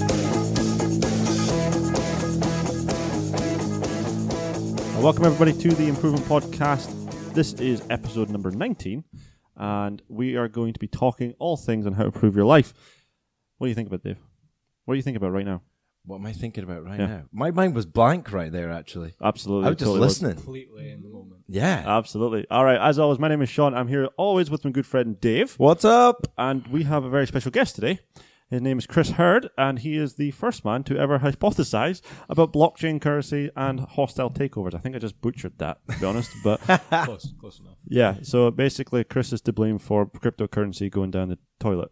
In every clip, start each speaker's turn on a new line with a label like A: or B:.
A: Uh, Welcome, everybody, to the Improvement Podcast. This is episode number 19, and we are going to be talking all things on how to improve your life. What do you think about, Dave? What do you think about right now?
B: What am I thinking about right
A: Yeah.
B: now? My mind was blank right there, actually.
A: Absolutely.
B: I was just
A: totally was. Uh,
B: listening.
C: completely in the moment.
B: Yeah.
A: Absolutely. All right, as always, my name is Sean. I'm here always with my good friend Dave,
B: What's up?
A: and we have a very special guest today. His name is Chris Hurd, and he is the first man to ever hypothesize about blockchain currency and hostile takeovers. I think I just butchered that, to be honest, but
C: close, close enough.
A: Yeah. So basically, Chris is to blame for cryptocurrency going down the toilet.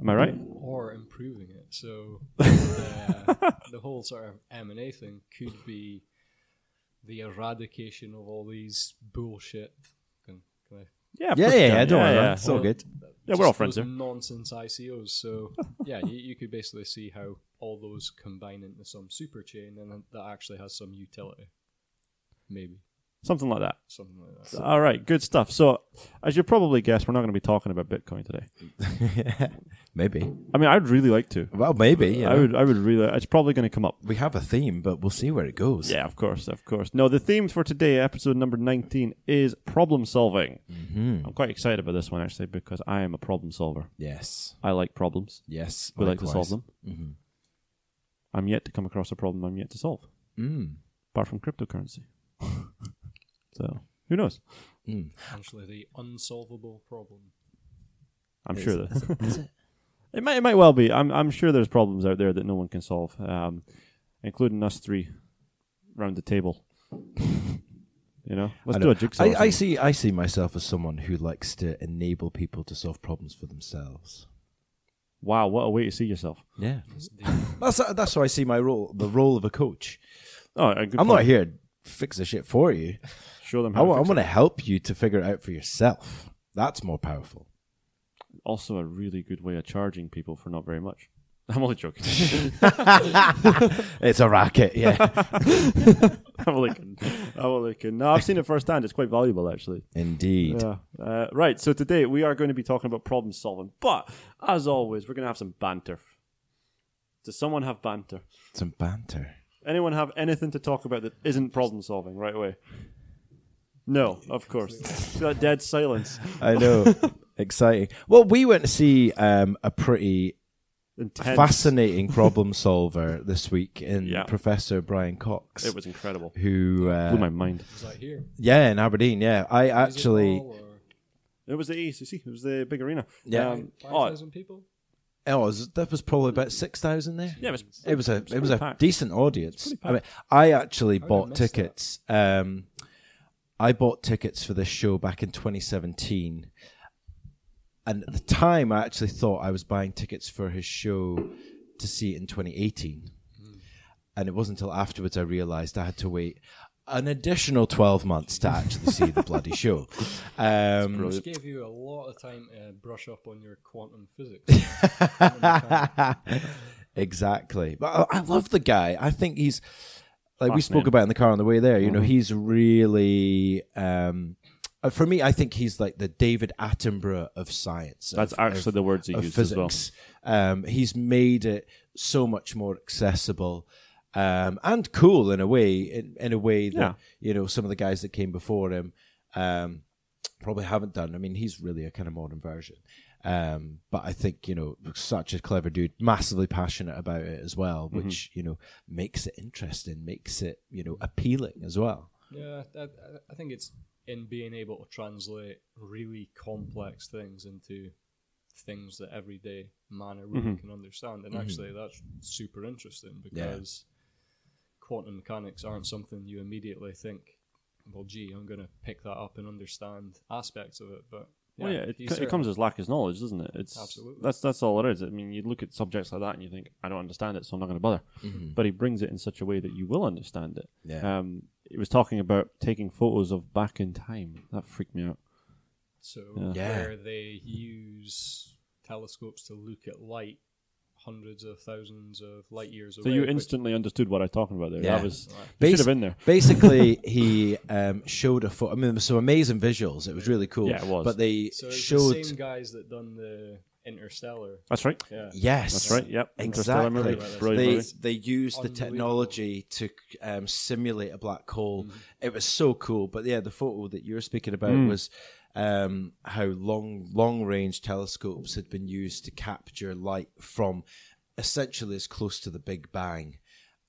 A: Am I right?
C: Or improving it. So the, the whole sort of M and A thing could be the eradication of all these bullshit. Can, can I,
A: Yeah. of
B: Yeah,
A: course you
B: yeah,
A: can.
B: yeah. Don't worry.
A: yeah.
B: man. It's all
C: Well,
B: good.
A: Yeah, we're
C: just
A: all friends
C: those
A: here.
C: Nonsense ICOs. So yeah, you, you could basically see how all those combine into some super chain, and then that actually has some utility. Maybe
A: Something like that.
C: something like that.
A: All right. Good stuff. So, as you probably guessed, we're not going to be talking about Bitcoin today.
B: maybe.
A: I mean, I'd really like to.
B: Well, maybe. You
A: I
B: know.
A: would. I would really. It's probably going to come up.
B: We have a theme, but we'll see where it goes.
A: Yeah, of course, of course. No, the theme for today, episode number 19, is problem solving.
B: Mm-hmm.
A: I'm quite excited about this one, actually, because I am a problem solver.
B: Yes.
A: I like problems.
B: Yes.
A: We like to solve
B: likewise. Mm-hmm.
A: them. I'm yet to come across a problem I'm yet to solve,
B: Mm.
A: apart from cryptocurrency. so who knows?
C: Actually, the unsolvable problem.
A: I'm sure that it might it might well be. I'm I'm sure there's problems out there that no one can solve, um, including us three round the table. you know, let's
B: I
A: do
B: know.
A: a jigsaw. or
B: I, I
A: something.
B: see. I see myself as someone who likes to enable people to solve problems for themselves.
A: Wow, what a way to see yourself!
B: Yeah.
C: It's the-
B: That's that's how I see my role. The role of a coach.
A: Oh, a good
B: I'm
A: point.
B: not here to fix the shit for you.
A: Show them
B: I
A: how. to
B: want,
A: fix
B: to help you to figure it out for yourself. That's more powerful.
A: it. Also, a really good way of charging people for not very much. I'm only joking.
B: It's a racket, yeah.
A: I'm only kidding. I'm only kidding. No, I've seen it firsthand. It's quite valuable, actually.
B: Indeed.
A: Yeah. Uh, right. So today we are going to be talking about problem solving, but as always, we're going to have some banter. Does someone have banter?
B: Some banter.
A: Anyone have anything to talk about that isn't problem solving right away? No, of course. that dead silence.
B: I know. Exciting. Well, we went to see um, a pretty
A: Intense.
B: fascinating problem solver this week in
A: Yeah.
B: Professor Brian Cox,
A: It was incredible.
B: who,
A: Blew
B: uh,
A: my mind.
C: is that here?
B: yeah, in Aberdeen. Yeah, I
C: Is it
B: actually.
C: all or-
A: It was the ECC. It was the big arena.
B: Yeah.
A: Um, oh,
C: 5,000 people?
B: Oh, was, that was probably about six thousand there.
A: yeah. It was.
B: It was a it was a
A: packed.
B: decent audience. I mean, I actually
C: did I
B: bought
C: miss that?
B: tickets. Um, I bought tickets for this show back in 2017, and at the time, I actually thought I was buying tickets for his show to see it in 2018,
C: Hmm.
B: and it wasn't until afterwards I realised I had to wait an additional 12 months to actually see the bloody show. Um,
C: Which gave you a lot of time to brush up on your quantum physics.
B: exactly. But I, I love the guy. I think he's like we spoke
A: Fascinating.
B: about in the car on the way there. You know, he's really. Um, uh, for me, I think he's like the David Attenborough of science.
A: That's
B: of-
A: actually
B: of-
A: the words he
B: of
A: used as well.
B: physics. Um, he's made it so much more accessible um, and cool in a way. In, in a way that
A: Yeah.
B: you know some of the guys that came before him um, probably haven't done. I mean, he's really a kind of modern version. Um, but I think you know, such a clever dude, massively passionate about it as well,
A: Mm-hmm.
B: which you know makes it interesting, makes it you know appealing as well.
C: yeah, I, I- I think it's in being able to translate really complex things into things that everyday man or woman
A: Mm-hmm.
C: can understand. And actually, that's super interesting because quantum mechanics aren't something you immediately think, well, gee, I'm going to pick that up and understand aspects of it. But yeah,
A: Well, yeah, it, co-
C: he
A: it
C: certainly-
A: comes as lack of knowledge, doesn't it? It's
C: Absolutely.
A: That's that's all it is. I mean, you look at subjects like that and you think, I don't understand it, so I'm not going to bother. But he brings it in such a way that you will understand it.
B: Yeah.
A: Um, he was talking about taking photos of back in time. That freaked me out.
C: So
B: Yeah.
C: where they use telescopes to look at light hundreds of thousands of light years
A: So
C: away.
A: you
C: which-
A: instantly understood what I was talking about there.
B: Yeah.
A: That was you
B: Basi-
A: should have been there.
B: Basically, he um, showed a photo. I mean, there were some amazing visuals. It was really cool.
A: Yeah, it was.
B: But they
C: so it's
B: showed
C: the same guys that done the Interstellar.
A: That's right.
C: Yeah.
B: Yes,
A: That's right. Yep. Interstellar
B: Exactly.
A: movie.
C: Right,
A: Brilliant
B: They
A: movie.
B: they used the
C: Unbelievable.
B: technology to um, simulate a black hole.
C: Mm-hmm.
B: It was so cool. But yeah, the photo that you were speaking about
A: Mm.
B: was um, how long long range telescopes had been used to capture light from essentially as close to the Big Bang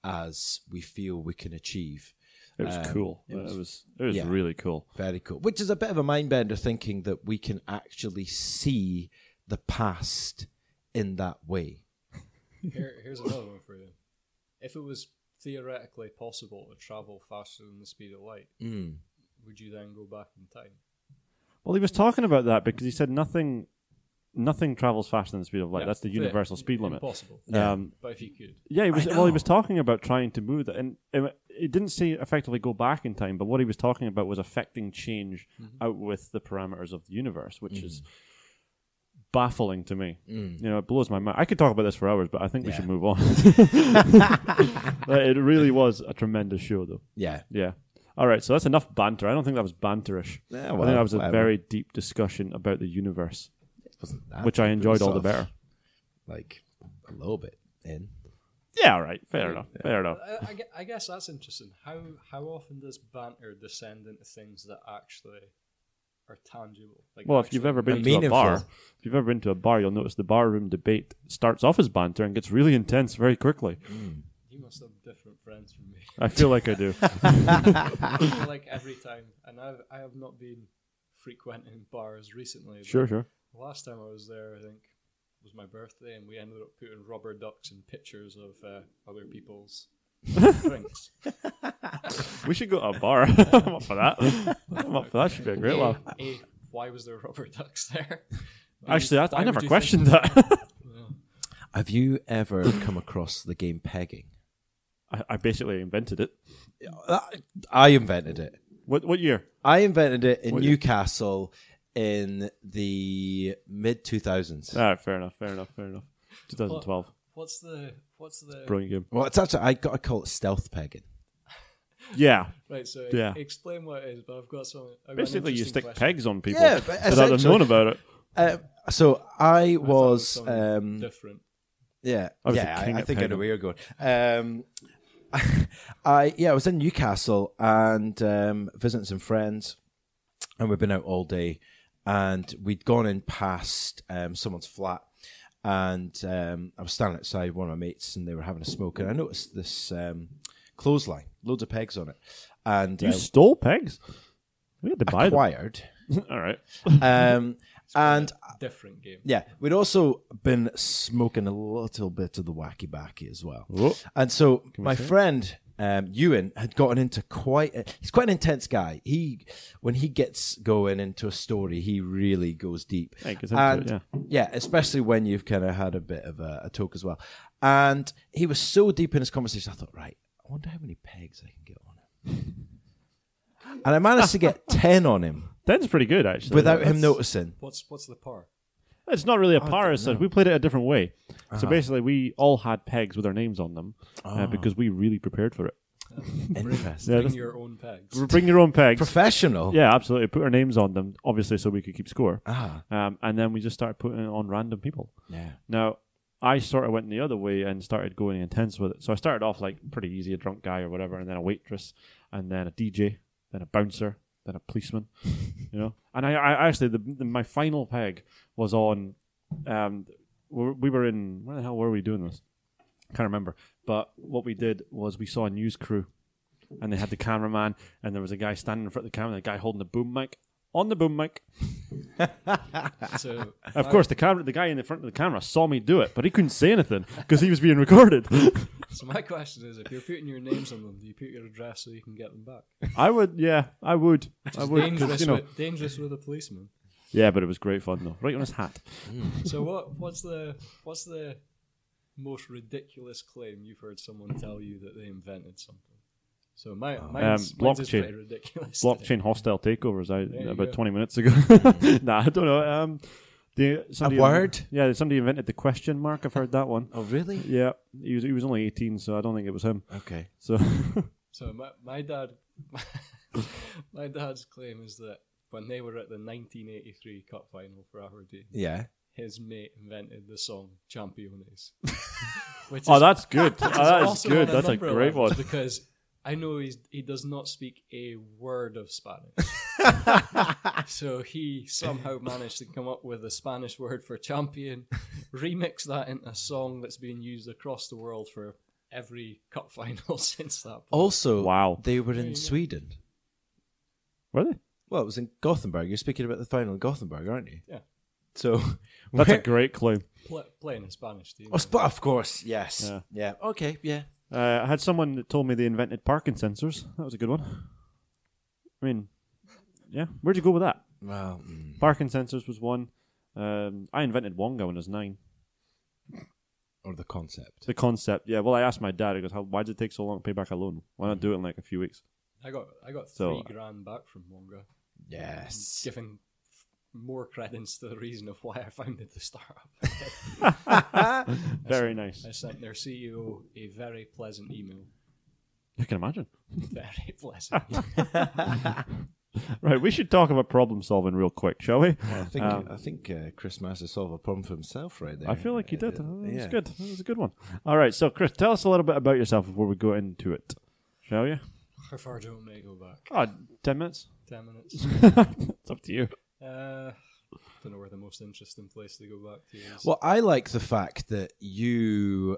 B: as we feel we can achieve.
A: It was cool. It was. It was,
B: yeah.
A: really cool.
B: Very cool. Which is a bit of a mind bender thinking that we can actually see the past in that way.
C: Here, here's another one for you. If it was theoretically possible to travel faster than the speed of light,
A: Hmm.
B: Mm.
C: would you then go back in time?
A: Well, he was talking about that because he said nothing, nothing travels faster than the speed of light.
C: Yeah,
A: That's the
C: fair.
A: universal speed limit.
C: Impossible.
B: Yeah.
A: Um,
C: But if you could,
A: Yeah, he was.
B: I
A: Well, he
B: know.
A: was talking about trying to move that, and it, it didn't say effectively go back in time. But what he was talking about was affecting change
B: Mm-hmm.
A: out with the parameters of the universe, which is
B: Mm.
A: baffling to me. You know, it blows my mind. I could talk about this for hours, but I think we
B: Yeah.
A: should move on. But it really was a tremendous show, though.
B: Yeah.
A: Yeah. All right, so that's enough banter. I don't think that was banterish.
B: Yeah,
A: I
B: well,
A: think that was a
B: whatever.
A: very deep discussion about the universe,
B: Wasn't that
A: which I
B: deep, it
A: enjoyed
B: was
A: all the
B: sort of
A: better.
B: Like a little bit in.
A: Yeah, all right, fair enough, fair enough.
C: I, I gue- I guess that's interesting. How how often does banter descend into things that actually are tangible? Like
A: Well, if you've
C: actually-
A: ever been
B: And
A: to a
B: meaningful.
A: bar, if you've ever been to a bar, you'll notice the bar room debate starts off as banter and gets really intense very quickly.
C: you must have different friends from me.
A: I feel like I do.
C: I feel like every time, and I've I have not been frequenting bars recently. but
A: sure, sure.
C: the Last time I was there, I think was my birthday, and we ended up putting rubber ducks and pictures of uh, other people's drinks.
A: We should go to a bar. I'm up for that. I'm up for that. Should be a great laugh.
C: A, A, why was there rubber ducks there? B,
A: Actually, I,
C: why
A: I never
C: would you
A: questioned
C: think-
A: that.
B: Have you ever come across the game pegging?
A: I, I basically invented it.
B: I invented it.
A: What what year?
B: I invented it in Newcastle in the mid 2000s.
A: All right, Ah, fair enough. Fair enough. Fair enough. 2012.
C: What's the what's the
A: Brilliant game.
B: well, it's actually, I got to call it stealth pegging.
A: Yeah.
C: Right, so
A: Yeah.
C: explain what it is, but I've got some. I've got an
A: Basically, you stick
C: interesting question.
A: pegs on people
B: Yeah, but
A: without them
B: essentially-
A: knowing about it.
B: Uh, so I
C: I thought it
B: was.
C: something
B: um,
C: different.
B: Yeah,
A: I was a
B: yeah. I,
A: king
B: I
A: at
B: think I know
A: Penguin.
B: where you're going. Um, I yeah, I was in Newcastle and um, visiting some friends, and we'd been out all day, and we'd gone in past um, someone's flat, and um, I was standing outside one of my mates, and they were having a smoke, and I noticed this um, clothesline, loads of pegs on it, and
A: You
B: uh,
A: stole pegs. We had to buy
B: acquired,
A: them. All right.
B: um, and
C: Different game.
B: yeah, we'd also been smoking a little bit of the wacky backy as well.
A: Whoa.
B: And so my friend um, Ewan had gotten into quite. A, he's quite an intense guy. He when he gets going into a story, he really goes deep.
A: Yeah, he gets into it,
B: yeah, especially when you've kind of had a bit of a, a talk as well. And he was so deep in his conversation. I thought, right, I wonder how many pegs I can get on him. and I managed to get ten on him
A: That's pretty good, actually.
B: without
A: That's-
B: him noticing.
C: What's what's the par?
A: It's not really a par as such. We played it a different way. So basically, we all had pegs with our names on them uh, because we really prepared for it.
B: Interesting.
A: Yeah,
C: Bring
A: that's-
C: your own pegs.
A: bring your own pegs.
B: Professional.
A: Yeah, absolutely. Put our names on them, obviously, so we could keep score.
B: Ah.
A: Um, and then we just started putting it on random people.
B: Yeah.
A: Now, I sort of went the other way and started going intense with it. So I started off like pretty easy, a drunk guy or whatever, and then a waitress, and then a DJ, then a bouncer, then a policeman, you know. And I, I actually, the, the, my final peg was on. Um, we we were in where the hell were we doing this? Can't remember. But what we did was we saw a news crew, and they had the cameraman, and there was a guy standing in front of the camera, and a guy holding the boom mic on the boom mic.
C: So
A: Of course, the camera, the guy in the front of the camera saw me do it, but he couldn't say anything because he was being recorded.
C: so my question is, if you're putting your names on them, do you put your address so you can get them back?
A: I would, yeah, I would, I
C: It's
A: would, 'cause,
C: dangerous,
A: you know,
C: with, dangerous with a policeman.
A: yeah, but it was great fun though. Right on his hat.
C: So what what's the what's the most ridiculous claim you've heard someone tell you that they invented something? So my mine's, mine's is
A: Um, blockchain.
C: pretty ridiculous.
A: Blockchain hostile takeovers. I
C: you
A: about
C: go.
A: twenty minutes ago. nah, I don't know. Um, the, somebody
B: word?
A: yeah, somebody invented the question mark. I've heard that one.
B: Oh, really?
A: Yeah, he was he was only eighteen, so I don't think it was him.
B: Okay.
A: So
C: So my, my dad, my dad's claim is that when they were at the 1983 Cup final for Aberdeen,
B: Yeah.
C: his mate invented the song Championes. which
A: Oh,
C: is-
A: that's good. oh,
C: which is
A: that is
C: also
A: good.
C: on
A: That's a
C: number of
A: great
C: levels
A: one.
C: Because I know he's, he does not speak a word of Spanish. so he somehow managed to come up with a Spanish word for champion, remix that into a song that's been used across the world for every cup final since that point.
B: Also,
A: Wow.
B: they were
C: you
B: in
C: go.
B: Sweden.
A: Were they?
B: Well, it was in Gothenburg. You're speaking about the final in Gothenburg, aren't you?
C: Yeah.
B: So
A: That's a
B: where-
A: great clue.
C: Pla playing a Spanish team.
B: Oh, Sp- of course, yes.
A: Yeah.
B: Yeah. Okay. Yeah.
A: Uh, I had someone that told me they invented parking sensors. That was a good one. I mean, yeah. Where'd you go with that?
B: Well, mm.
A: Parking sensors was one. Um, I invented Wonga when I was nine.
B: or the concept.
A: The concept, yeah. Well, I asked my dad. He goes, "How? Why did it take so long to pay back a loan? Why not do it in like a few weeks?"
C: I got I got
A: So-
C: three grand back from Wonga,
B: Yes.
C: giving f- more credence to the reason of why I founded the startup.
A: Very nice.
C: I sent their CEO a very pleasant email.
A: I can imagine.
C: Very pleasant.
A: Right, we should talk about problem solving real quick, shall we?
B: I think
A: Um,
B: I think uh, Chris Masters solved a problem for himself right there.
A: I feel like you did. That
B: Uh,
A: was
B: yeah.
A: good. That was a good one. All right, so Chris, tell us a little bit about yourself before we go into it, shall you?
C: How far do I go back?
A: Oh, 10 minutes.
C: Ten minutes.
A: it's up to you.
C: Uh, don't know where the most interesting place to go back to is.
B: Well, I like the fact that you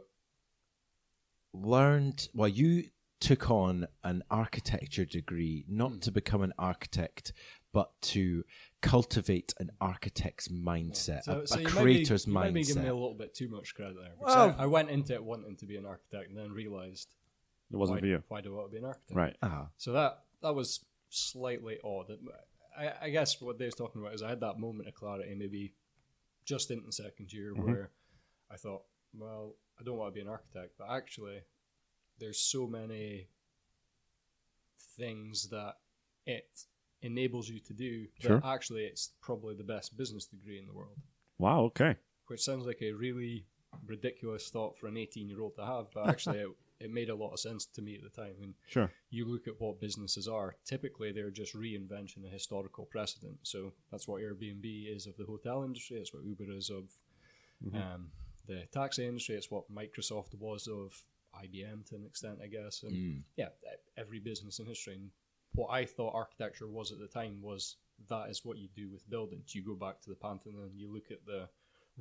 B: learned. Well, you took on an architecture degree not
C: Mm.
B: to become an architect, but to cultivate an architect's mindset,
C: So-
B: a,
C: so
B: a
C: you might be-
B: creator's
C: you might be giving me a
B: mindset.
C: little bit too much credit there. because I-
B: Well-
C: I, went into it wanting to be an architect and then realised
A: It wasn't
C: why,
A: for you.
C: why do I want to be an architect?
A: Right.
B: Ah,
C: So that that was slightly odd. I, I guess what Dave's talking about is I had that moment of clarity, maybe just into second year, where I thought, well, I don't want to be an architect, but actually, there's so many things that it enables you to do that
A: Sure.
C: actually it's probably the best business degree in the world,
A: Wow, okay.
C: which sounds like a really ridiculous thought for an 18 year old to have, but actually it, it made a lot of sense to me at the time. And
A: Sure.
C: you look at what businesses are, typically they're just reinvention of historical precedent. So that's what Airbnb is of the hotel industry. It's what Uber is of um, the taxi industry. It's what Microsoft was of IBM to an extent, I guess. And
B: mm.
C: yeah, e- every business in history. And what I thought architecture was at the time was that is what you do with buildings. You go back to the Pantheon, you look at the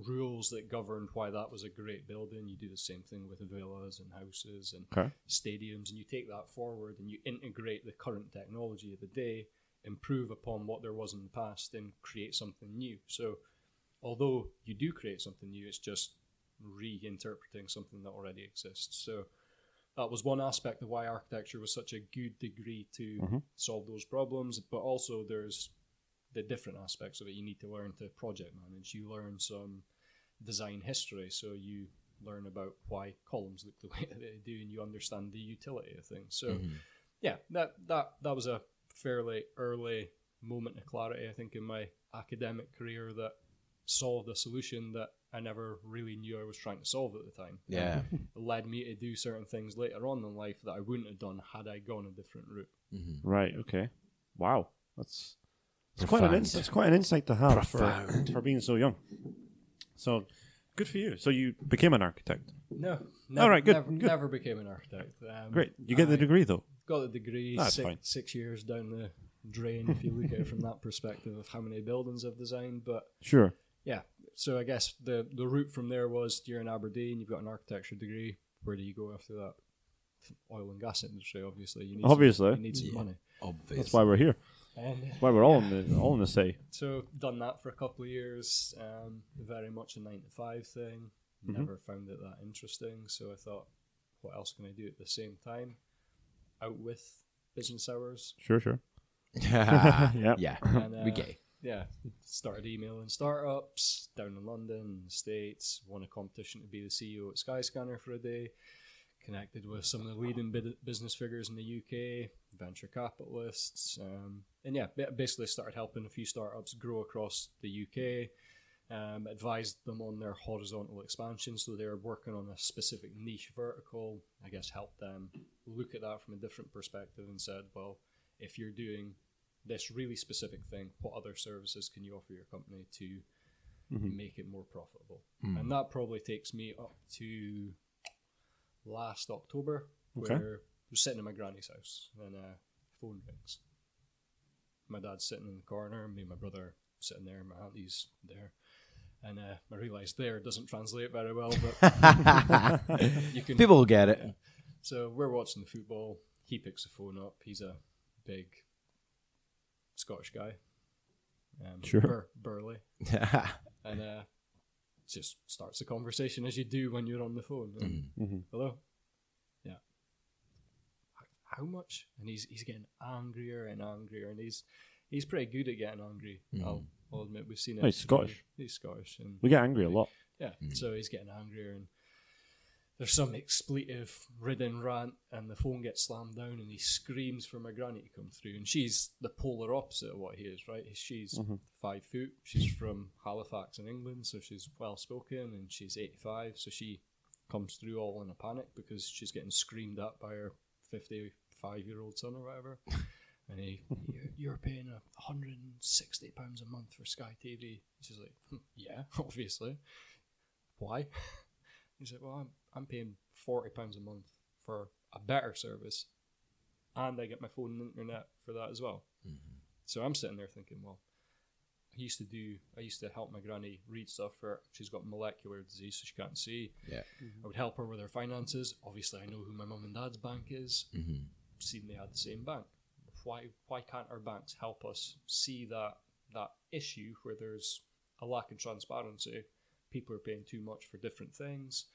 C: rules that governed why that was a great building. You do the same thing with villas and houses and
A: Okay.
C: stadiums, and you take that forward and you integrate the current technology of the day, improve upon what there was in the past, and create something new. So, although you do create something new, it's just reinterpreting something that already exists. So, that was one aspect of why architecture was such a good degree to
A: Mhm.
C: solve those problems. But also, there's the different aspects of it. You need to learn to project manage. You learn some design history, so you learn about why columns look the way that they do, and you understand the utility of things. So,
B: Mhm.
C: yeah, that that that was a fairly early moment of clarity, I think, in my academic career that solved a solution that I never really knew I was trying to solve at the time.
B: Yeah.
C: It led me to do certain things later on in life that I wouldn't have done had I gone a different route.
B: Mhm.
A: Right, okay. Wow. That's it's quite, an
B: Profound.
A: ins- it's quite an insight to have for,
B: Profound.
A: for being so young. So, good for you. So, you became an architect.
C: No,
A: All right, good,
C: Never,
A: good.
C: never became an architect. Um,
A: Great. You get the
C: I-
A: degree, though.
C: got a degree
A: That's
C: six,
A: fine.
C: six years down the drain if you look at it from that perspective of how many buildings I've designed. But
A: Sure.
C: yeah, so I guess the the route from there was you're in Aberdeen, you've got an architecture degree. Where do you go after that? Oil and gas industry, obviously. You need
A: Obviously.
C: some, you need some
B: Yeah.
C: money.
B: Obvious.
A: That's why we're here.
C: And
A: That's why we're all in the all in the say.
C: so done that for a couple of years. Um, very much a nine to five thing.
A: Mhm.
C: Never found it that interesting. So I thought, what else can I do at the same time? Out with business hours.
A: Sure, sure.
B: yeah.
A: Yep.
B: Yeah.
C: And,
B: we
C: uh,
B: gay.
C: yeah, started emailing startups down in London, in the States, won a competition to be the CEO at Skyscanner for a day, connected with some of the leading bid- business figures in the UK, venture capitalists, um, and yeah, ba- basically started helping a few startups grow across the UK. Um, advised them on their horizontal expansion, so they're working on a specific niche vertical. I guess helped them look at that from a different perspective and said, well, if you're doing this really specific thing, what other services can you offer your company to
A: Mhm.
C: make it more profitable.
B: Mm.
C: And that probably takes me up to last October,
A: Okay.
C: where I was sitting in my granny's house and uh, phone rings. My dad's sitting in the corner, me and my brother sitting there, my auntie's there. And uh, I realised there doesn't translate very well, but
A: Mm-hmm.
C: you can
B: People will get it.
C: so we're watching the football. He picks the phone up. He's a big Scottish guy. Um,
A: Sure.
C: bur- burly. And uh, just starts the conversation as you do when you're on the phone.
B: Mm,
C: Um,
A: Mhm.
C: Hello? Yeah. "H- How much? And he's he's getting angrier and angrier. And he's he's pretty good at getting angry. I'll, I'll admit, we've seen it.
A: Well, Mm-hmm. he's Scottish.
C: He's Scottish. And
A: We get angry a lot.
C: yeah, so he's getting angrier, and there's some expletive ridden rant, and the phone gets slammed down, and he screams for my granny to come through, and she's the polar opposite of what he is, right? She's five foot, she's from Halifax in England, so she's well spoken, and she's 85, so she comes through all in a panic because she's getting screamed at by her 55 year old son or whatever. And he, "You- you're paying a 160 pounds a month for Sky TV. She's like, "Hmm, yeah, obviously why? He said, well, I'm, I'm paying forty pounds a month for a better service, and I get my phone and internet for that as well. So I'm sitting there thinking, well, I used to do, I used to help my granny read stuff for. She's got molecular disease, so she can't see.
B: Yeah.
C: I would help her with her finances. Obviously, I know who my mum and dad's bank is.
B: Mm-hmm.
C: Seen they had the same bank. Why, why can't our banks help us see that that issue where there's a lack of transparency? People are paying too much for different things,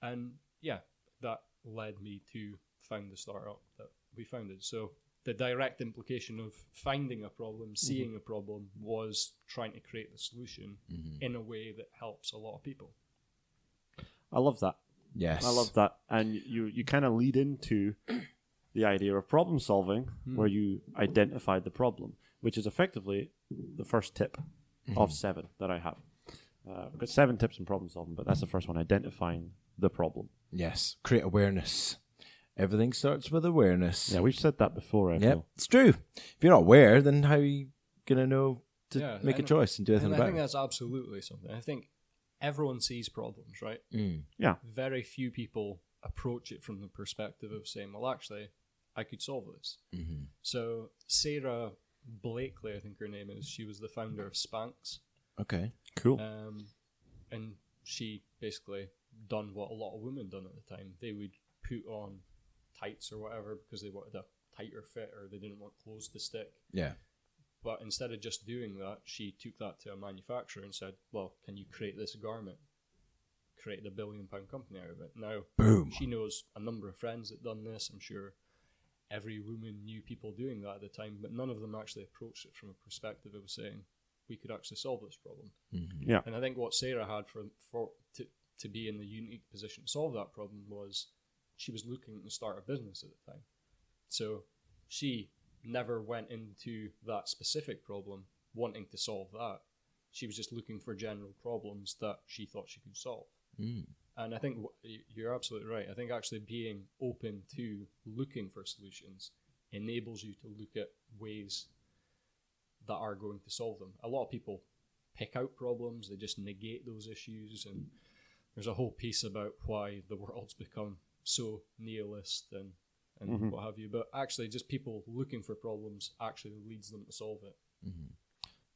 C: and yeah, that led me to found the startup that we founded. So the direct implication of finding a problem, seeing a problem, was trying to create the solution in a way that helps a lot of people.
A: I love that.
B: Yes.
A: I love that. And you you kind of lead into the idea of problem solving,
B: Hmm.
A: where you identified the problem, which is effectively the first tip
B: Mm-hmm.
A: of seven that I have. Uh, I've got seven tips in problem solving, but that's the first one: identifying the problem.
B: Yes. Create awareness. Everything starts with awareness.
A: Yeah, we've said that before. I
B: Yep,
A: feel.
B: it's true. If you're not aware, then how are you gonna know to
C: Yeah,
B: make a
C: and-
B: choice and do anything
C: And I
B: about
C: think
B: it?
C: that's absolutely something. I think everyone sees problems, right?
B: Mm.
C: Very few people approach it from the perspective of saying, well, actually, I could solve this. So, Sarah Blakely, I think her name is, she was the founder of Spanx.
B: Okay.
A: Cool.
C: Um, and she basically done what a lot of women done at the time. They would put on tights or whatever because they wanted a tighter fit or they didn't want clothes to stick.
B: Yeah.
C: But instead of just doing that, she took that to a manufacturer and said, "Well, can you create this garment?" Created a billion pound company out of it. Now,
B: Boom.
C: She knows a number of friends that done this. I'm sure every woman knew people doing that at the time, but none of them actually approached it from a perspective of saying we could actually solve this problem.
A: Yeah.
C: And I think what Sarah had for for to to be in the unique position to solve that problem was she was looking to start a business at the time. So she never went into that specific problem wanting to solve that. She was just looking for general problems that she thought she could solve.
B: Mm.
C: And I think wh- y- you're absolutely right. I think actually being open to looking for solutions enables you to look at ways that are going to solve them. A lot of people pick out problems, they just negate those issues. And there's a whole piece about why the world's become so nihilist and, and what have you. But actually, just people looking for problems actually leads them to solve it.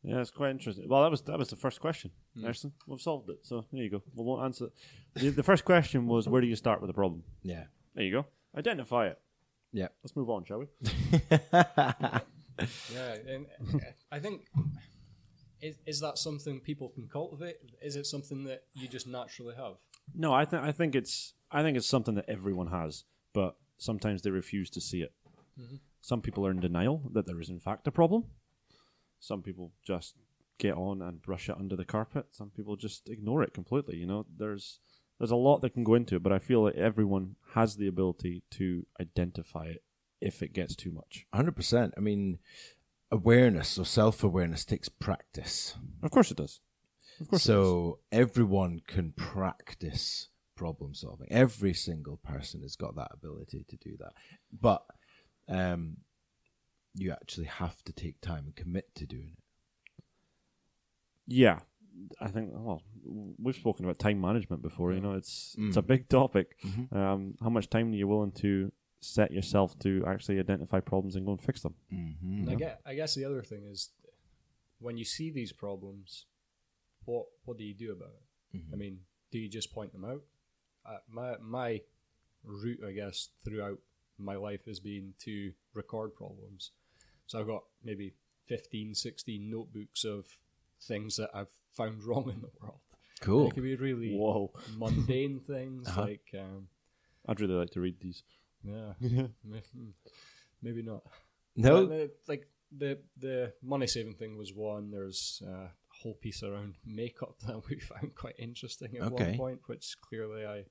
A: Yeah, it's quite interesting. Well, that was that was the first question.
B: Hmm.
A: Excellent. We've solved it. So there you go. We won't answer. The, the first question was where do you start with a problem?
B: Yeah.
A: There you go. Identify it.
B: Yeah.
A: Let's move on, shall we?
C: Yeah, and I think is, is that something people can cultivate? Is it something that you just naturally have?
A: No, I think I think it's I think it's something that everyone has, but sometimes they refuse to see it. Some people are in denial that there is in fact a problem. Some people just get on and brush it under the carpet. Some people just ignore it completely. You know, there's there's a lot that can go into it, but I feel that everyone has the ability to identify it if it gets too much.
B: Hundred percent. I mean, awareness or self-awareness takes practice.
A: Of course it does. Of course. it does.
B: So everyone can practice problem solving. Every single person has got that ability to do that. But um, you actually have to take time and commit to doing it.
A: yeah, I think well, we've spoken about time management before. You know, it's it's a big topic. Um, how much time are you willing to set yourself to actually identify problems and go and fix them? Mm-hmm.
C: I guess, I guess the other thing is when you see these problems, what what do you do about it? I mean, do you just point them out? Uh, my my route, I guess, throughout my life has been to record problems. So I've got maybe 15, 16 notebooks of things that I've found wrong in the world.
B: Cool.
C: It could be really
A: Whoa,
C: mundane things
B: Uh-huh.
C: like um,
A: I'd really like to read these.
C: yeah, may- maybe not. But
B: No.
C: the, like the the money saving thing was one. There's uh, a whole piece around makeup that we found quite interesting at
B: Okay.
C: one point, which clearly I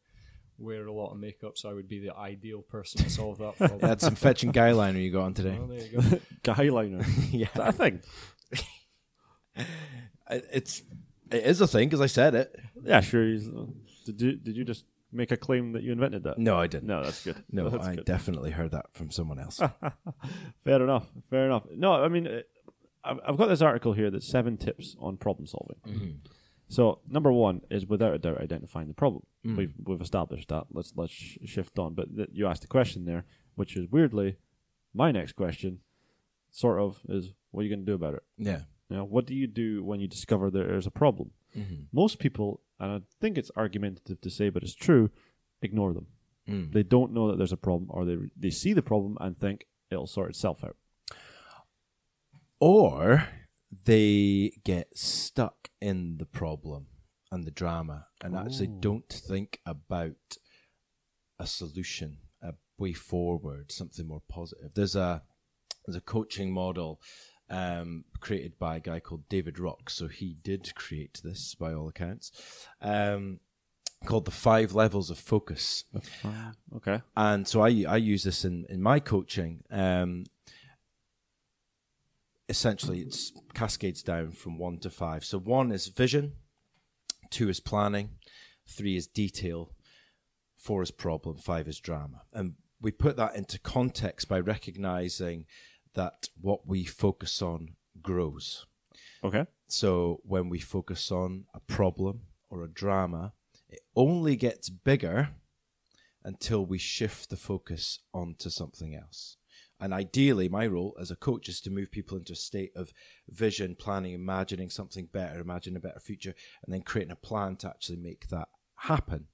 C: wear a lot of makeup, so I would be the ideal person to solve that problem.
B: That's some fetching guy liner you got on today.
C: Well, there you go.
A: Guyliner, is
B: yeah.
A: that a thing?
B: It- It's it is a thing because I said it.
A: Yeah, sure. he's- Did you, did you just make a claim that you invented that?
B: No, I didn't.
A: No, that's good.
B: No,
A: that's
B: I
A: good. Ah.
B: definitely heard that from someone else.
A: Fair enough. Fair enough. No, I mean, uh, I've I've got this article here that's seven tips on problem solving. So number one is without a doubt identifying the problem. We've we've established that. Let's let's sh- shift on. But th- you asked a question there, which is weirdly my next question. Sort of is what are you going to do about it?
B: yeah.
A: You know, what do you do when you discover there is a problem? Most people, and I think it's argumentative to say, but it's true, ignore them. They don't know that there's a problem, or they they see the problem and think it'll sort itself out.
B: Or they get stuck in the problem and the drama and actually don't think about a solution, a way forward, something more positive. There's a there's a coaching model um, created by a guy called David Rock. So he did create this by all accounts. Um, called the five levels of focus
A: Okay.
B: and so I I use this in in my coaching. Um, essentially, it's cascades down from one to five. So one is vision, two is planning, three is detail, four is problem, five is drama, and we put that into context by recognizing that what we focus on grows.
A: Okay.
B: So when we focus on a problem or a drama, it only gets bigger until we shift the focus onto something else. And ideally, my role as a coach is to move people into a state of vision, planning, imagining something better, imagining a better future, and then creating a plan to actually make that happen.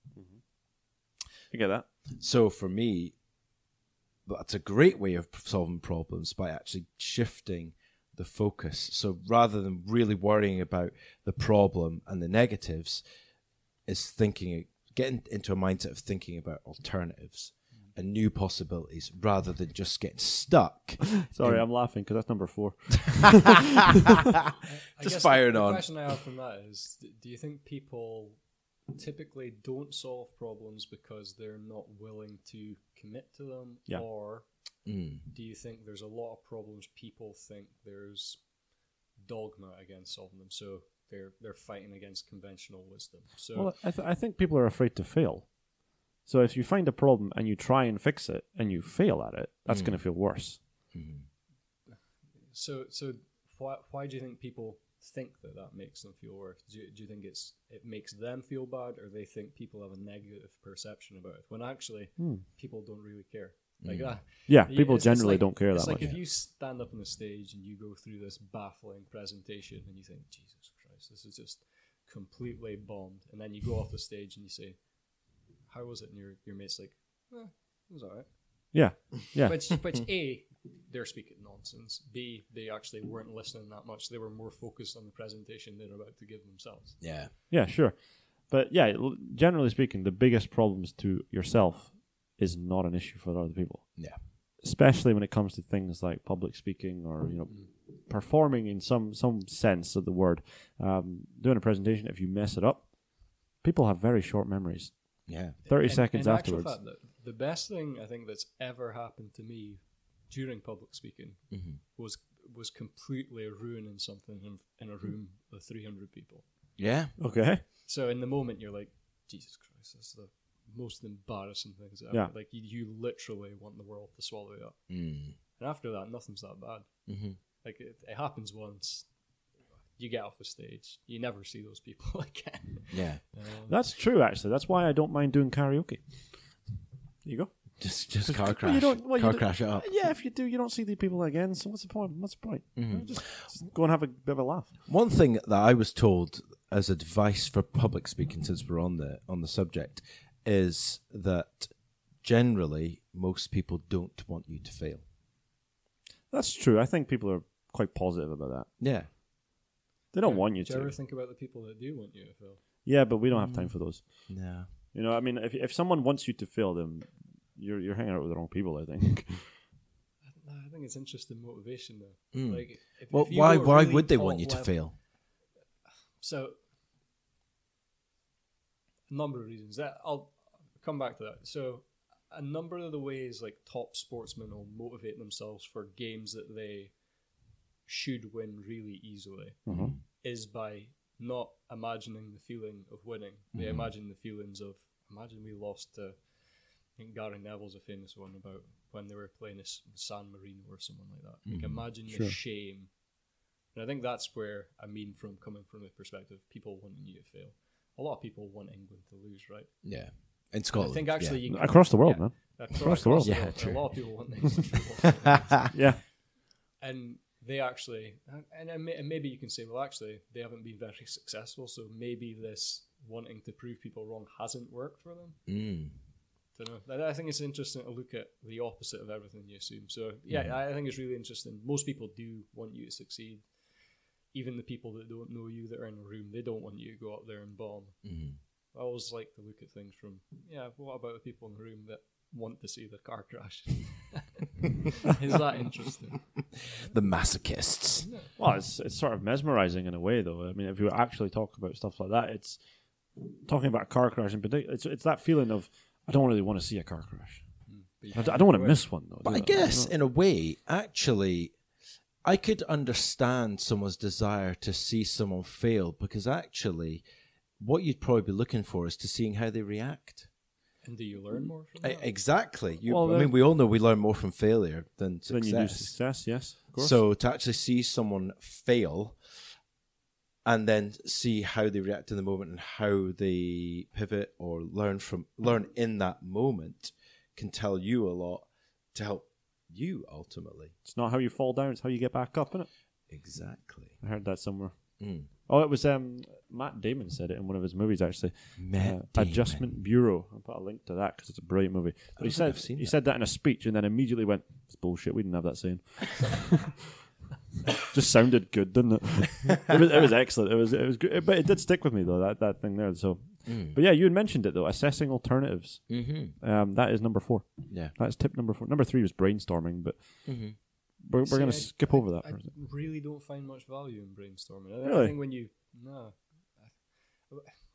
A: I get that.
B: So for me, that's a great way of solving problems by actually shifting the focus. So rather than really worrying about the problem and the negatives, is thinking, getting into a mindset of thinking about alternatives and new possibilities rather than just getting stuck.
A: Sorry, I'm laughing because that's number four.
C: I
B: Just
C: guess
B: firing
C: the,
B: on.
C: The question I have from that is: d- Do you think people typically don't solve problems because they're not willing to commit to them,
A: Yeah.
C: or
B: Mm.
C: do you think there's a lot of problems people think there's dogma against solving them, so they're they're fighting against conventional wisdom? So
A: Well, I, th- I think people are afraid to fail. So if you find a problem and you try and fix it and you fail at it,
C: Hmm.
A: that's going to feel worse.
B: mm-hmm.
C: So, so why, why do you think people think that that makes them feel worse? Do you, do you think it's it makes them feel bad, or they think people have a negative perception about it when actually people don't really care? Like ah, that.
A: Yeah,
C: Y-
A: people
C: it's- it's
A: generally
C: like-
A: don't care
C: it's
A: that
C: like
A: much.
C: if you stand up on the stage and you go through this baffling presentation and you think, Jesus Christ, this is just completely bombed, and then you go off the stage and you say, How was it? And your your mate's like, eh, It was alright
A: Yeah, yeah,
C: which which a they're speaking nonsense b they actually weren't listening that much they were more focused on the presentation they're about to give themselves
B: Yeah.
A: yeah, sure. But yeah, l- generally speaking, the biggest problems to yourself is not an issue for other people.
B: Yeah.
A: especially when it comes to things like public speaking or you know performing in some some sense of the word um, doing a presentation if you mess it up people have very short memories
B: Yeah.
A: 30
C: And-
A: seconds
C: in actual
A: afterwards
C: fact, the, the best thing i think that's ever happened to me during public speaking was was completely ruining something in, in a room of 300 people
B: Yeah.
A: okay
C: so in the moment you're like jesus christ that's the most embarrassing things ever
A: Yeah.
C: like you, you literally want the world to swallow you up
B: Mm.
C: and after that nothing's that bad
B: Mhm.
C: like it, it happens once you get off the stage, you never see those people again.
B: Yeah.
C: you know?
A: That's true, actually. That's why I don't mind doing karaoke. There you go.
B: Just just car crash.
A: Well, you don't- well, you
B: car
A: don't-
B: crash it up.
A: Yeah, if you do, you don't see the people again. So what's the point? What's the point?
B: Mm-hmm.
A: Just, just go and have a bit of a laugh.
B: One thing that I was told as advice for public speaking, since we're on the on the subject, is that generally most people don't want you to fail.
A: That's true. I think people are quite positive about that.
B: Yeah.
A: They don't want you
C: Do you ever
A: to.
C: think about the people that do want you to fail?
A: Yeah, but we don't
B: Mm.
A: have time for those.
B: Yeah.
A: You know, I mean, if if someone wants you to fail, then you're you're hanging out with the wrong people. I think.
C: Nah, I think it's interesting motivation though. Like, if,
B: Hmm. Well,
C: if you
B: why
C: go
B: why
C: really
B: would they
C: top
B: want you to
C: level-
B: fail?
C: So, a number of reasons. That I'll come back to that. So, a number of the ways like top sportsmen will motivate themselves for games that they should win really easily
B: Mm-hmm.
C: is by not imagining the feeling of winning. They imagine the feelings of imagine we lost to. I think Gary Neville's a famous one about when they were playing as- San Marino or someone like that. Like imagine the shame and I think that's where I mean from coming from the perspective of people wanting you to fail. A lot of people want England to lose, right?
B: Yeah. In
C: I
B: Scotland.
C: think actually you can,
A: Across the world,
C: yeah,
A: man.
C: Across,
A: the world.
B: Yeah, true.
C: A lot of people want England to lose.
B: yeah.
A: Yeah.
C: And they actually, and- and, then may- and maybe you can say, well, actually, they haven't been very successful, so maybe this wanting to prove people wrong hasn't worked for them.
B: mm.
C: Don't know. I think it's interesting to look at the opposite of everything you assume. So yeah,
A: Mm-hmm.
C: I think it's really interesting. Most people do want you to succeed. Even the people that don't know you that are in a room, they don't want you to go up there and bomb.
B: Mhm.
C: I always like to look at things from yeah. What about the people in the room that want to see the car crash? Is that interesting?
B: The masochists.
A: Well, it's it's sort of mesmerizing in a way, though. I mean, if you actually talk about stuff like that, it's talking about a car crash in particular. It's it's that feeling of I don't really want to see a car crash. I, d- I don't want to miss one though.
B: But
A: do
B: I guess, in a way, actually, I could understand someone's desire to see someone fail because actually, what you'd probably be looking for is to seeing how they react.
C: And do you learn more from
B: E-
C: that?
B: Exactly. You,
A: Well,
B: I
A: there-
B: mean, we all know we learn more from failure than
A: Then you do
B: success.
A: success, yes. Of course.
B: so to actually see someone fail and then see how they react in the moment and how they pivot or learn from learn in that moment can tell you a lot to help you ultimately.
A: it's not how you fall down; it's how you get back up, isn't it?
B: Exactly.
A: I heard that somewhere.
B: Mm.
A: Oh, it was um, Matt Damon said it in one of his movies actually.
B: Matt
A: Uh,
B: Damon.
A: Adjustment Bureau. I'll put a link to that because it's a brilliant movie. But he
B: think
A: said
B: I've seen
A: he
B: that.
A: said that in a speech, and then immediately went, "It's bullshit. We didn't have that saying." Just sounded good, didn't it? it was it was excellent. It was it was good, but it did stick with me though that that thing there. So,
B: Mm.
A: but yeah, you had mentioned it though. Assessing alternatives. Mm-hmm. Um, that is number four.
B: Yeah.
A: That's tip number four. Number three was brainstorming, but
B: Mm-hmm.
A: we're, we're
C: See,
A: going
C: I-
A: to skip over that.
C: I
A: for a second.
C: really don't find much value in brainstorming. I,
A: Really?
C: I think when you no,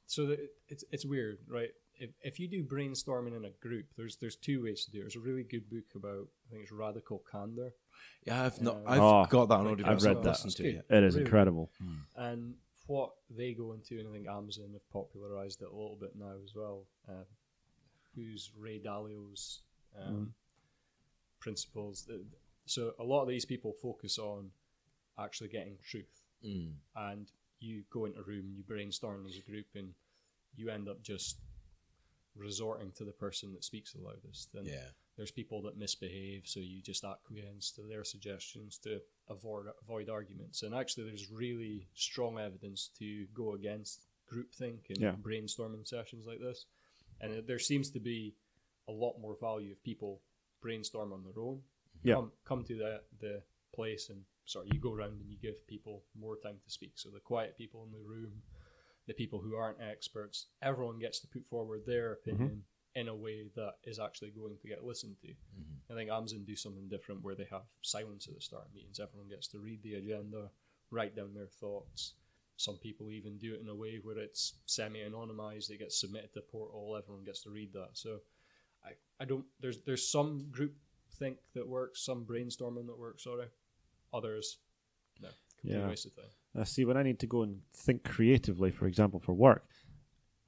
C: so the, it's it's weird, right? If, if you do brainstorming in a group, there's there's two ways to do it. There's a really good book about I think it's Radical Candor,
B: Yeah, I've not.
C: Uh,
B: I've
A: Oh,
B: got that on audio.
A: I've
B: but
A: read
B: not
A: that.
B: listened to it yet.
A: It is
C: Really?
A: incredible.
C: and what they go into, and I think Amazon have popularized it a little bit now as well. Uh, who's Ray Dalio's um, principles? The- So a lot of these people focus on actually getting truth.
B: Mm.
C: and you go into a room, you brainstorm as a group, and you end up just resorting to the person that speaks the loudest. And
B: Yeah.
C: there's people that misbehave, so you just acquiesce to their suggestions to avoid avoid arguments. And actually, there's really strong evidence to go against groupthink and
A: Yeah.
C: brainstorming sessions like this. And it- there seems to be a lot more value if people brainstorm on their own.
A: Yeah.
C: Come, come to the, the place and sorry, you go around and you give people more time to speak. So the quiet people in the room, the people who aren't experts, everyone gets to put forward their
A: Mm-hmm.
C: opinion in a way that is actually going to get listened to. I think Amazon do something different where they have silence at the start of meetings. Everyone gets to read the agenda, write down their thoughts. Some people even do it in a way where it's semi-anonymized. It gets submitted to portal. Everyone gets to read that. So I, I don't. There's there's some group think that works, some brainstorming that works. Sorry, others. No, complete
A: Yeah.
C: waste of time.
A: Uh, see, when I need to go and think creatively, for example, for work,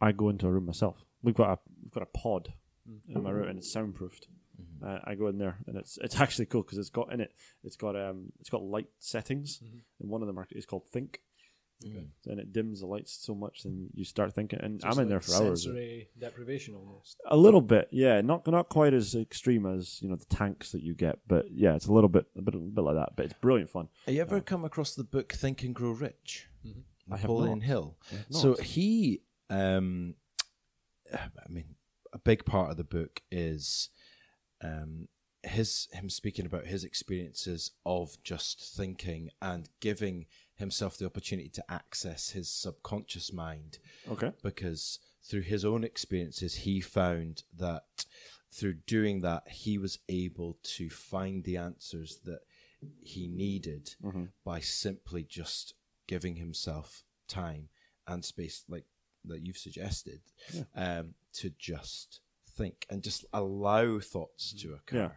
A: I go into a room myself. We've got a we've got a pod in my room, and it's soundproofed. Uh, I go in there, and it's it's actually cool
C: Mm-hmm.
A: because it's got in it. It's got um it's got light settings, and one of them are, is called Think, and it dims the lights so much, then you start thinking. And
C: So
A: I'm
C: it's
A: in there
C: like
A: for hours.
C: Sensory deprivation almost.
A: A little bit, yeah. Not not quite as extreme as you know the tanks that you get, but yeah, it's a little bit a bit, a bit like that. But it's brilliant fun.
B: Have you ever come across the book Think and Grow Rich?
A: Oh. have
B: Napoleon
A: not.
B: Hill.
A: have
B: So
A: not.
B: he, um, I mean, a big part of the book is um, his him speaking about his experiences of just thinking and giving himself the opportunity to access his subconscious mind
A: Okay,
B: because through his own experiences, he found that through doing that, he was able to find the answers that he needed
A: Mm-hmm.
B: by simply just giving himself time and space, like that you've suggested, um, to just think and just allow thoughts to occur.
A: yeah.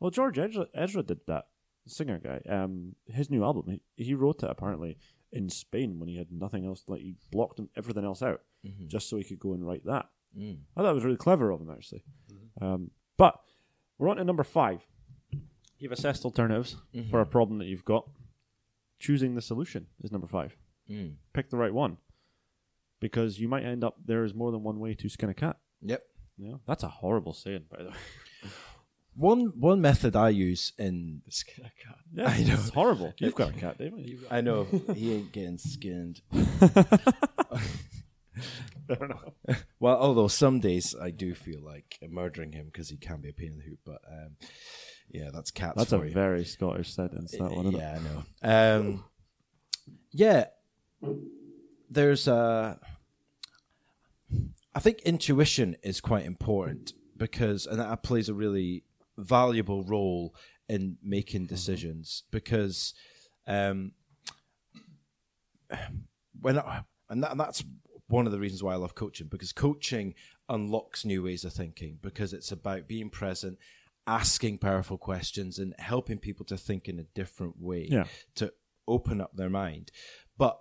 A: Well, George Ezra, Ezra did that the singer guy. Um, his new album, he, he wrote it apparently in Spain when he had nothing else. Like he blocked him, everything else out
B: Mm-hmm.
A: just so he could go and write that. Mm. I thought it was really clever of him actually. Um, but we're on to number five. You've assessed alternatives
B: Mm-hmm.
A: for a problem that you've got. Choosing the solution is number five.
B: Mm.
A: Pick the right one because you might end up there is more than one way to skin a cat.
B: Yep.
A: Yeah, that's a horrible saying, by the way.
B: One one method I use in
C: The skin of cat.
A: Yeah,
B: I know.
A: it's horrible. You've got a cat, didn't you?
B: I know he ain't getting skinned. Well, although some days I do feel like murdering him because he can be a pain in the hoop. But um, yeah, that's cats
A: That's a
B: for you.
A: very Scottish sentence, that one, isn't it?
B: yeah, I know. Um, yeah, there's a. I think intuition is quite important because, and that plays a really valuable role in making decisions because um, when I, and, that, and that's one of the reasons why I love coaching because coaching unlocks new ways of thinking because it's about being present, asking powerful questions, and helping people to think in a different way
A: Yeah.
B: to open up their mind. But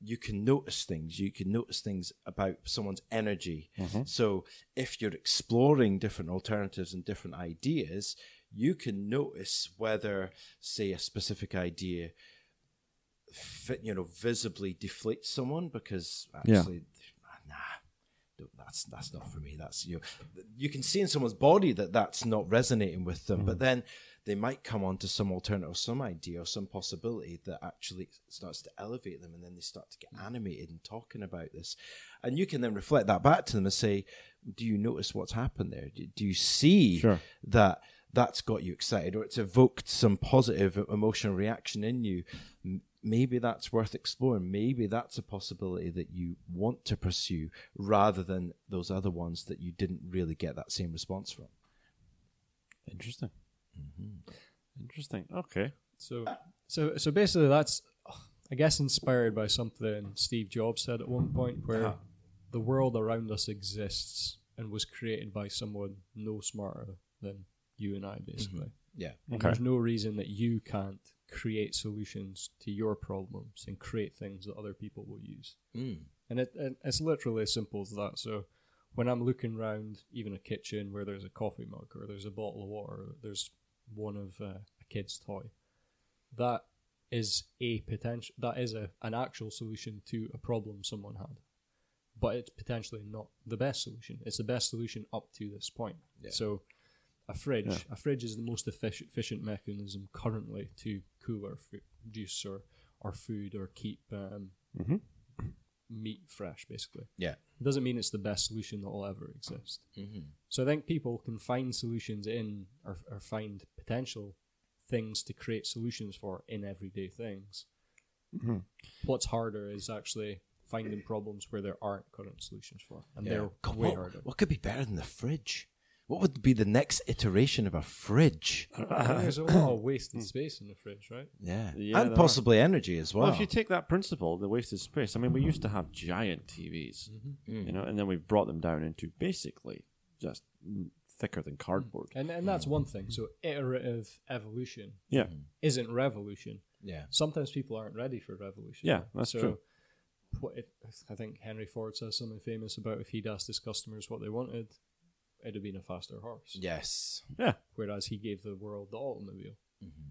B: you can notice things. You can notice things about someone's energy. So if you're exploring different alternatives and different ideas, you can notice whether, say, a specific idea fit, you know, visibly deflates someone because
A: Yeah.
B: actually, nah, don't, that's that's not for me. That's you. know, You can see in someone's body that that's not resonating with them, but then they might come on to some alternative, some idea, or some possibility that actually starts to elevate them, and then they start to get animated and talking about this, and you can then reflect that back to them and say, "Do you notice what's happened there? Do, do you see
A: Sure.
B: that?" That's got you excited, or it's evoked some positive emotional reaction in you. M- Maybe that's worth exploring. Maybe that's a possibility that you want to pursue rather than those other ones that you didn't really get that same response from.
A: Interesting.
B: Mm-hmm.
A: Interesting. Okay.
C: So, so, so basically, that's I guess inspired by something Steve Jobs said at one point, where the world around us exists and was created by someone no smarter than you and I, basically.
B: Yeah.
C: And
A: Okay.
C: There's no reason that you can't create solutions to your problems and create things that other people will use.
B: Mm.
C: And it, and it's literally as simple as that. So when I'm looking round, even a kitchen where there's a coffee mug or there's a bottle of water, or there's one of uh, a kid's toy, that is a potential. That is a, an actual solution to a problem someone had, but it's potentially not the best solution. It's the best solution up to this point. So a fridge, a fridge is the most efficient, efficient mechanism currently to cool our food, juice or our food or keep um,
A: Mhm.
C: meat fresh, basically
B: Yeah.
C: doesn't mean it's the best solution that will ever exist.
B: Mhm.
C: So I think people can find solutions in or, or find potential things to create solutions for in everyday things.
B: Mm-hmm.
C: What's harder is actually finding problems where there aren't current solutions for, and they're
B: God,
C: way
B: what,
C: harder.
B: what could be better than the fridge? What would be the next iteration of a fridge?
A: Uh,
C: There's a lot of wasted space in the fridge, right?
B: Yeah.
A: Yeah,
B: and
A: there
B: possibly energy as well. Mm-hmm.
A: Well, if you take that principle, the wasted space, I mean, we used to have giant TVs,
B: Mm.
A: you know, and then we've brought them down into basically just mm, thicker than cardboard.
C: And and that's one thing. So iterative evolution
B: Mm-hmm.
A: Yeah.
C: isn't revolution.
B: yeah.
C: sometimes people aren't ready for revolution.
A: Yeah, that's true.
C: What it, I think Henry Ford says something famous about if he'd asked his customers what they wanted, it'd have been a faster horse.
B: Yes.
A: Yeah.
C: Whereas he gave the world the automobile.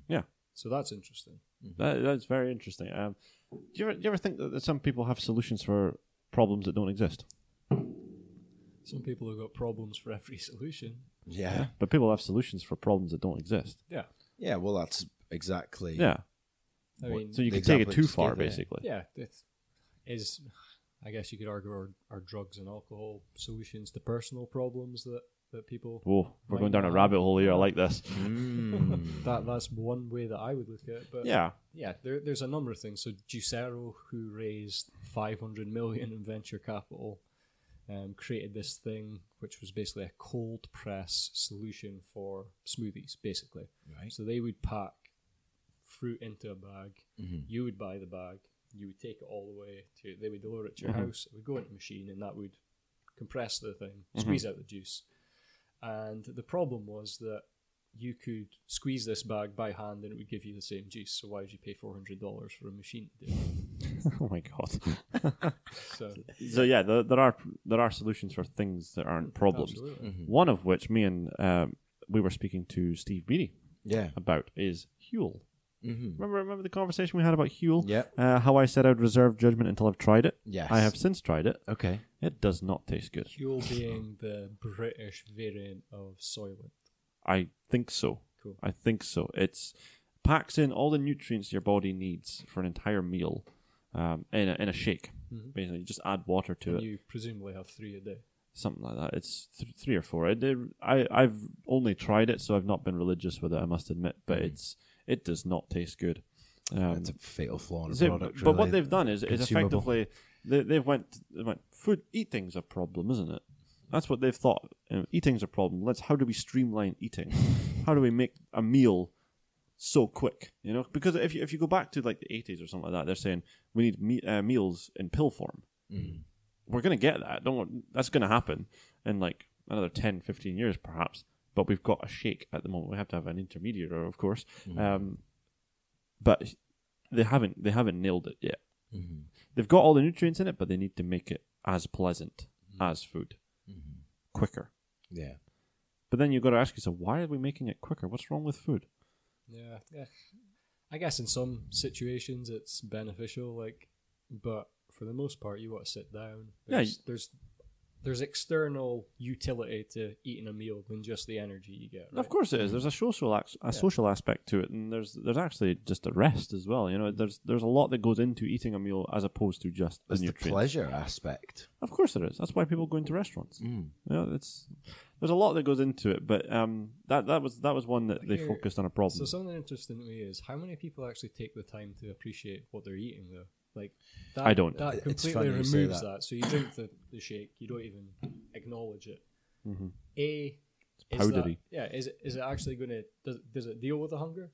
A: Yeah.
C: So that's interesting.
B: Mm-hmm.
A: That, that's very interesting. Um, do you ever do you ever think that, that some people have solutions for problems that don't exist?
C: Some people have got problems for every solution.
B: Yeah.
A: But people have solutions for problems that don't exist.
C: Yeah.
B: Yeah. Well, that's exactly.
A: Yeah.
C: I
B: What-
C: mean,
A: So you can
B: Exactly,
A: take it too
B: just
A: far,
B: get there.
A: basically.
C: yeah, it is. I guess you could argue are, are drugs and alcohol solutions to personal problems that, that people.
A: Whoa, we're
C: Why
A: going down a
C: not?
A: rabbit hole here. I like this.
B: Mm.
C: That that's one way that I would look at it. But
A: Yeah.
C: yeah, there, there's a number of things. So Juicero, who raised 500 million in venture capital, um, created this thing which was basically a cold press solution for smoothies, basically.
B: Right.
C: So they would pack fruit into a bag.
A: Mm-hmm.
C: You would buy the bag. You would take it all the way to. They would deliver it to your
A: Mm-hmm.
C: house. It would go into a machine, and that would compress the thing,
A: Mm-hmm.
C: squeeze out the juice. And the problem was that you could squeeze this bag by hand, and it would give you the same juice. So why would you pay four hundred dollars for a machine to do it?
A: oh my god.
C: So
A: So yeah, there, there are there are solutions for things that aren't problems. Mm-hmm.
C: absolutely.
A: One of which me and um, we were speaking to Steve Beattie
B: Yeah.
A: about is Huel.
B: Mm-hmm.
A: Remember remember the conversation we had about Huel?
B: Yeah.
A: Uh, how I said I'd reserve judgment until I've tried it.
B: Yes.
A: I have since tried it.
B: Okay.
A: It does not taste good.
C: Huel being the British variant of Soylent.
A: I think so.
C: Cool.
A: I think so. It's packs in all the nutrients your body needs for an entire meal um, in, a, in a shake. Basically, you just add water to
C: And
A: it,
C: you presumably have three a day.
A: something like that. It's th- three or four. It, it- I I've only tried it, so I've not been religious with it. I must admit, but it's it does not taste good. Um,
B: That's a fatal flaw in a
A: so-
B: product.
A: but what
B: really.
A: they've done is, is
B: Consumable.
A: effectively they, they've went they went food eating's a problem, isn't it? That's what they've thought. Uh, eating's a problem. Let's how do we streamline eating? how do we make a meal so quick? You know, because if you, if you go back to like the eighties or something like that, they're saying we need me- uh, meals in pill form. We're gonna get that. Don't wor- that's gonna happen in like another 10, 15 years perhaps. But we've got a shake at the moment. We have to have an intermediary, of course. Um, but they haven't they haven't nailed it yet. They've got all the nutrients in it, but they need to make it as pleasant
C: Mm-hmm.
A: as food, quicker.
B: Yeah.
A: But then you've got to ask yourself, why are we making it quicker? What's wrong with food?
C: Yeah, yeah. I guess in some situations it's beneficial, like, but for the most part, you want to sit down.
A: Yeah,
C: There's,
A: you-
C: there's there's external utility to eating a meal than just the energy you get. Right? Mm-hmm.
A: Of course it is. There's a social ac- a social aspect to it, and there's there's actually just a rest as well. You know,
C: Mm-hmm.
A: there's there's a lot that goes into eating a meal as opposed to just the
B: There's the
A: nutrients.
B: pleasure aspect.
A: Of course there is. That's why people go into restaurants.
B: Mm.
C: Mm-hmm.
A: You know, it's there's a lot that goes into it, but um, that that was that was one that they
C: Here-
A: focused on a problem.
C: So something interesting to me is how many people actually take the time to appreciate what they're eating, though. Like, that,
A: I don't.
C: That
B: It's
C: completely
B: funny you say
C: removes
B: that.
C: that. So you drink the, the shake, you don't even acknowledge it.
A: Mm-hmm.
C: A is that-
A: powdery.
C: yeah, is it, is it actually going to does does it deal with the hunger,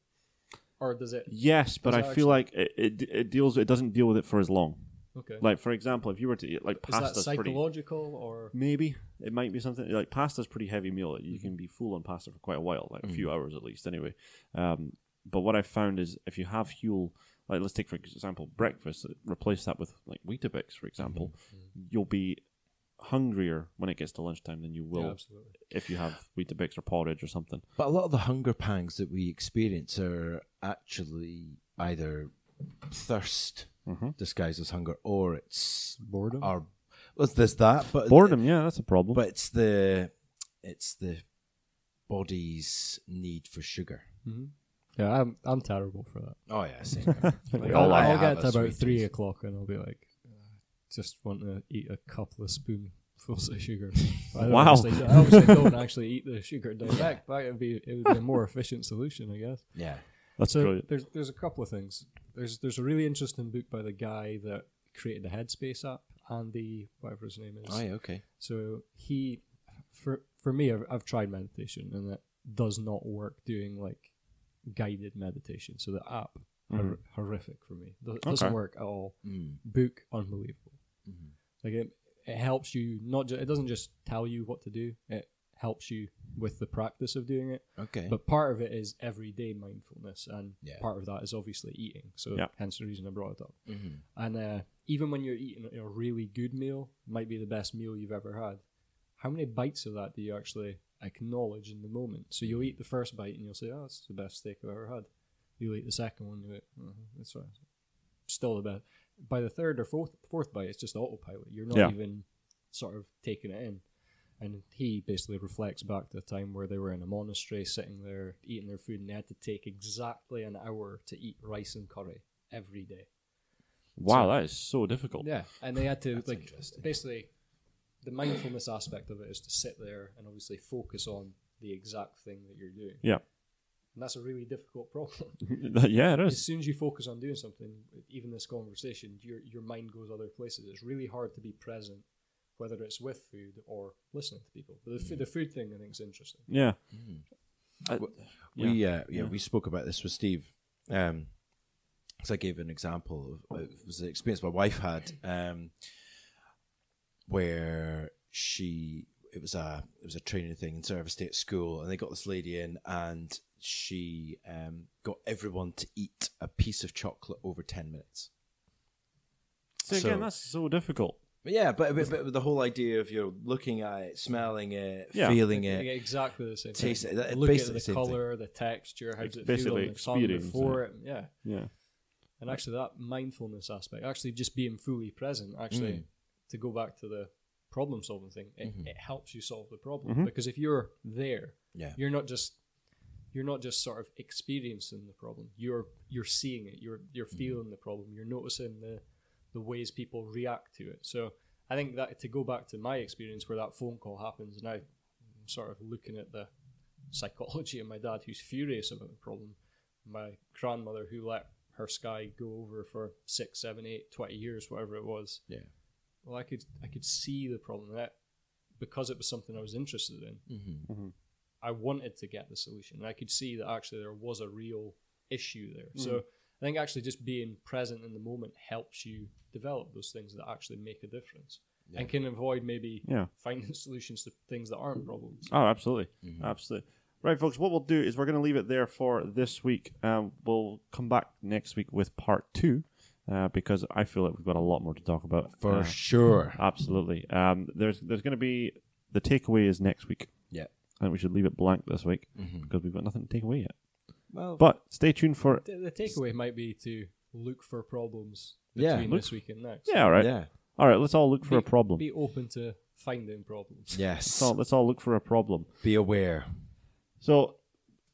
C: or does it?
A: Yes, but I
C: Does it
A: feel like it, it it deals it doesn't deal with it for as long.
C: Okay.
A: Like for example, if you were to eat like
C: is that
A: pasta's pretty
C: psychological or
A: maybe it might be something like pasta's pretty heavy meal. You
C: Mm-hmm.
A: can be full on pasta for quite a while, like a few hours at least. Anyway, um, but what I found is if you have fuel, like let's take for example breakfast, replace that with like Weetabix, for example,
C: Mm-hmm.
A: you'll be hungrier when it gets to lunchtime than you will
C: Yeah, absolutely.
A: if you have Weetabix or porridge or something.
B: But a lot of the hunger pangs that we experience are actually either thirst
C: Mm-hmm.
B: disguised as hunger or it's
A: uh,
C: boredom?
B: Or well, there's that, but
A: Boredom, yeah, that's a problem.
B: But it's the it's the body's need for sugar.
C: Mm-hmm. Yeah, I'm I'm terrible for that.
B: Oh yeah, same.
A: we all
C: I'll,
A: are.
B: I
C: I'll
B: have
C: get
B: a
C: to about
B: sweet
C: three
B: tooth.
C: o'clock and I'll be like, "Uh, just want to eat a couple of spoonfuls of sugar. I don't
A: Wow.
C: Obviously, I obviously don't actually eat the sugar direct, but it would be it would be a more efficient solution, I guess.
B: yeah.
A: that's
C: So
A: brilliant.
C: there's there's a couple of things. There's there's a really interesting book by the guy that created the Headspace app, Andy whatever his name is.
B: Oh yeah, okay.
C: So he, for for me, I've, I've tried meditation and it does not work doing like guided meditation. So the app hor- horrific for me. It doesn't
A: Mm. Okay.
C: work at all.
B: Mm-hmm.
C: Book unbelievable. Like it, it helps you not. Ju- it doesn't just tell you what to do. It helps you with the practice of doing it.
B: Okay.
C: But part of it is everyday mindfulness, and
B: Yeah.
C: part of that is obviously eating. So
A: Yeah.
C: hence the reason I brought it up.
B: Mm-hmm.
C: And uh, even when you're eating a really good meal, might be the best meal you've ever had. How many bites of that do you actually acknowledge in the moment? So you'll eat the first bite and you'll say, "Oh, it's the best steak I've ever had." You eat the second one, you mm that's right. Still the best. By the third or fourth fourth bite, it's just autopilot. You're not
A: Yeah.
C: even sort of taking it in. And he basically reflects back to the time where they were in a monastery, sitting there eating their food, and they had to take exactly an hour to eat rice and curry every day.
A: Wow, that is so difficult.
C: Yeah, and they had to
B: That's
C: like
B: interesting.
C: basically the mindfulness aspect of it is to sit there and obviously focus on the exact thing that you're doing.
A: Yeah.
C: And that's a really difficult problem.
A: yeah, it
C: as
A: is.
C: soon as you focus on doing something, even this conversation, your your mind goes other places. It's really hard to be present, whether it's with food or listening to people. But the,
B: Mm.
C: food, the food thing I think is interesting.
A: Yeah.
C: Mm.
A: Uh,
B: We uh, yeah, we spoke about this with Steve. Um, so I gave an example of it was an experience my wife had, um, where she it was a it was a training thing in service day at school, and they got this lady in, and she um, got everyone to eat a piece of chocolate over ten minutes.
A: So
B: So-
A: again, that's so difficult.
B: But yeah, but, but, but the whole idea of you're looking at it, smelling it,
A: Yeah.
B: feeling
C: Yeah,
B: it,
C: exactly the same.
B: Taste
C: thing.
B: it, that-
C: Look at
B: basically the
C: the
B: same thing.
C: color, the texture, how does it feel
A: Basically
C: on the tongue
A: experience
C: before it. Yeah.
A: Yeah.
C: And actually, that mindfulness aspect, actually just being fully present, actually, to go back to the problem solving thing, it, it helps you solve the problem because if you're there,
B: Yeah.
C: you're not just you're not just sort of experiencing the problem. You're you're seeing it. You're you're feeling the problem. You're noticing the the ways people react to it. So I think that to go back to my experience where that phone call happens, and I'm sort of looking at the psychology of my dad who's furious about the problem my grandmother who let her sky go over for six, seven, eight, twenty years, whatever it was.
B: Yeah.
C: Well, I could I could see the problem that because it was something I was interested in,
B: Mm-hmm.
C: I wanted to get the solution, and I could see that actually there was a real issue there.
A: Mm.
C: So I think actually just being present in the moment helps you develop those things that actually make a difference and can avoid maybe
A: Yeah.
C: finding solutions to things that aren't problems.
A: Oh, absolutely, absolutely. Right, folks. What we'll do is we're going to leave it there for this week. Um, we'll come back next week with part two uh, because I feel like we've got a lot more to talk about.
B: for
A: Uh,
B: sure.
A: absolutely. Um, there's there's going to be the takeaway is next week.
B: Yeah.
A: I think we should leave it blank this week because we've got nothing to take away yet.
C: Well,
A: But stay tuned for
C: the, the takeaway might be to look for problems
B: Yeah,
C: between
A: look
C: this week and next.
A: yeah. All right,
B: Yeah.
A: all right. Let's all look for a
C: Be-
A: problem.
C: Be open to finding problems.
B: Yes.
A: Let's all- let's all look for a problem.
B: Be aware.
A: So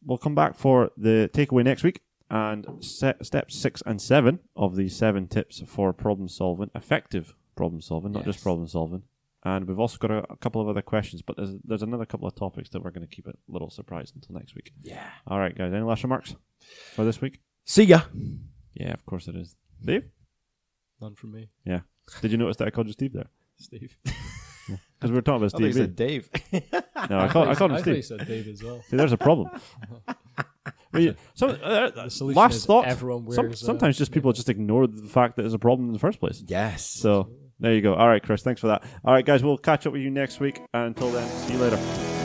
A: we'll come back for the takeaway next week and se- step six and seven of the seven tips for problem solving, effective problem solving, not just
B: Yes.
A: problem solving. And we've also got a, a couple of other questions, but there's, there's another couple of topics that we're going to keep a little surprise until next week.
B: Yeah.
A: All right, guys. Any last remarks for this week?
B: See ya.
A: Yeah, of course it is. Steve?
C: None from me,
A: Yeah. Did you notice that I called you Steve there?
C: Steve.
A: Because we were talking about Steve. eh?
B: Dave.
A: No, Oh, I called, I called him
C: I thought you
A: Steve.
C: said Dave as well.
A: See, there's a problem. Well, you- some, uh,
C: The solution
A: last
C: is
A: thought.
C: everyone
A: some-
C: wears, uh,
A: sometimes just people just ignore the fact that it's a problem in the first place.
B: yes.
A: So there you go. All right, Chris, thanks for that. All right, guys, we'll catch up with you next week. Until then, see you later.